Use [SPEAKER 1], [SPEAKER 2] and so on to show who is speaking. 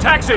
[SPEAKER 1] Taxi!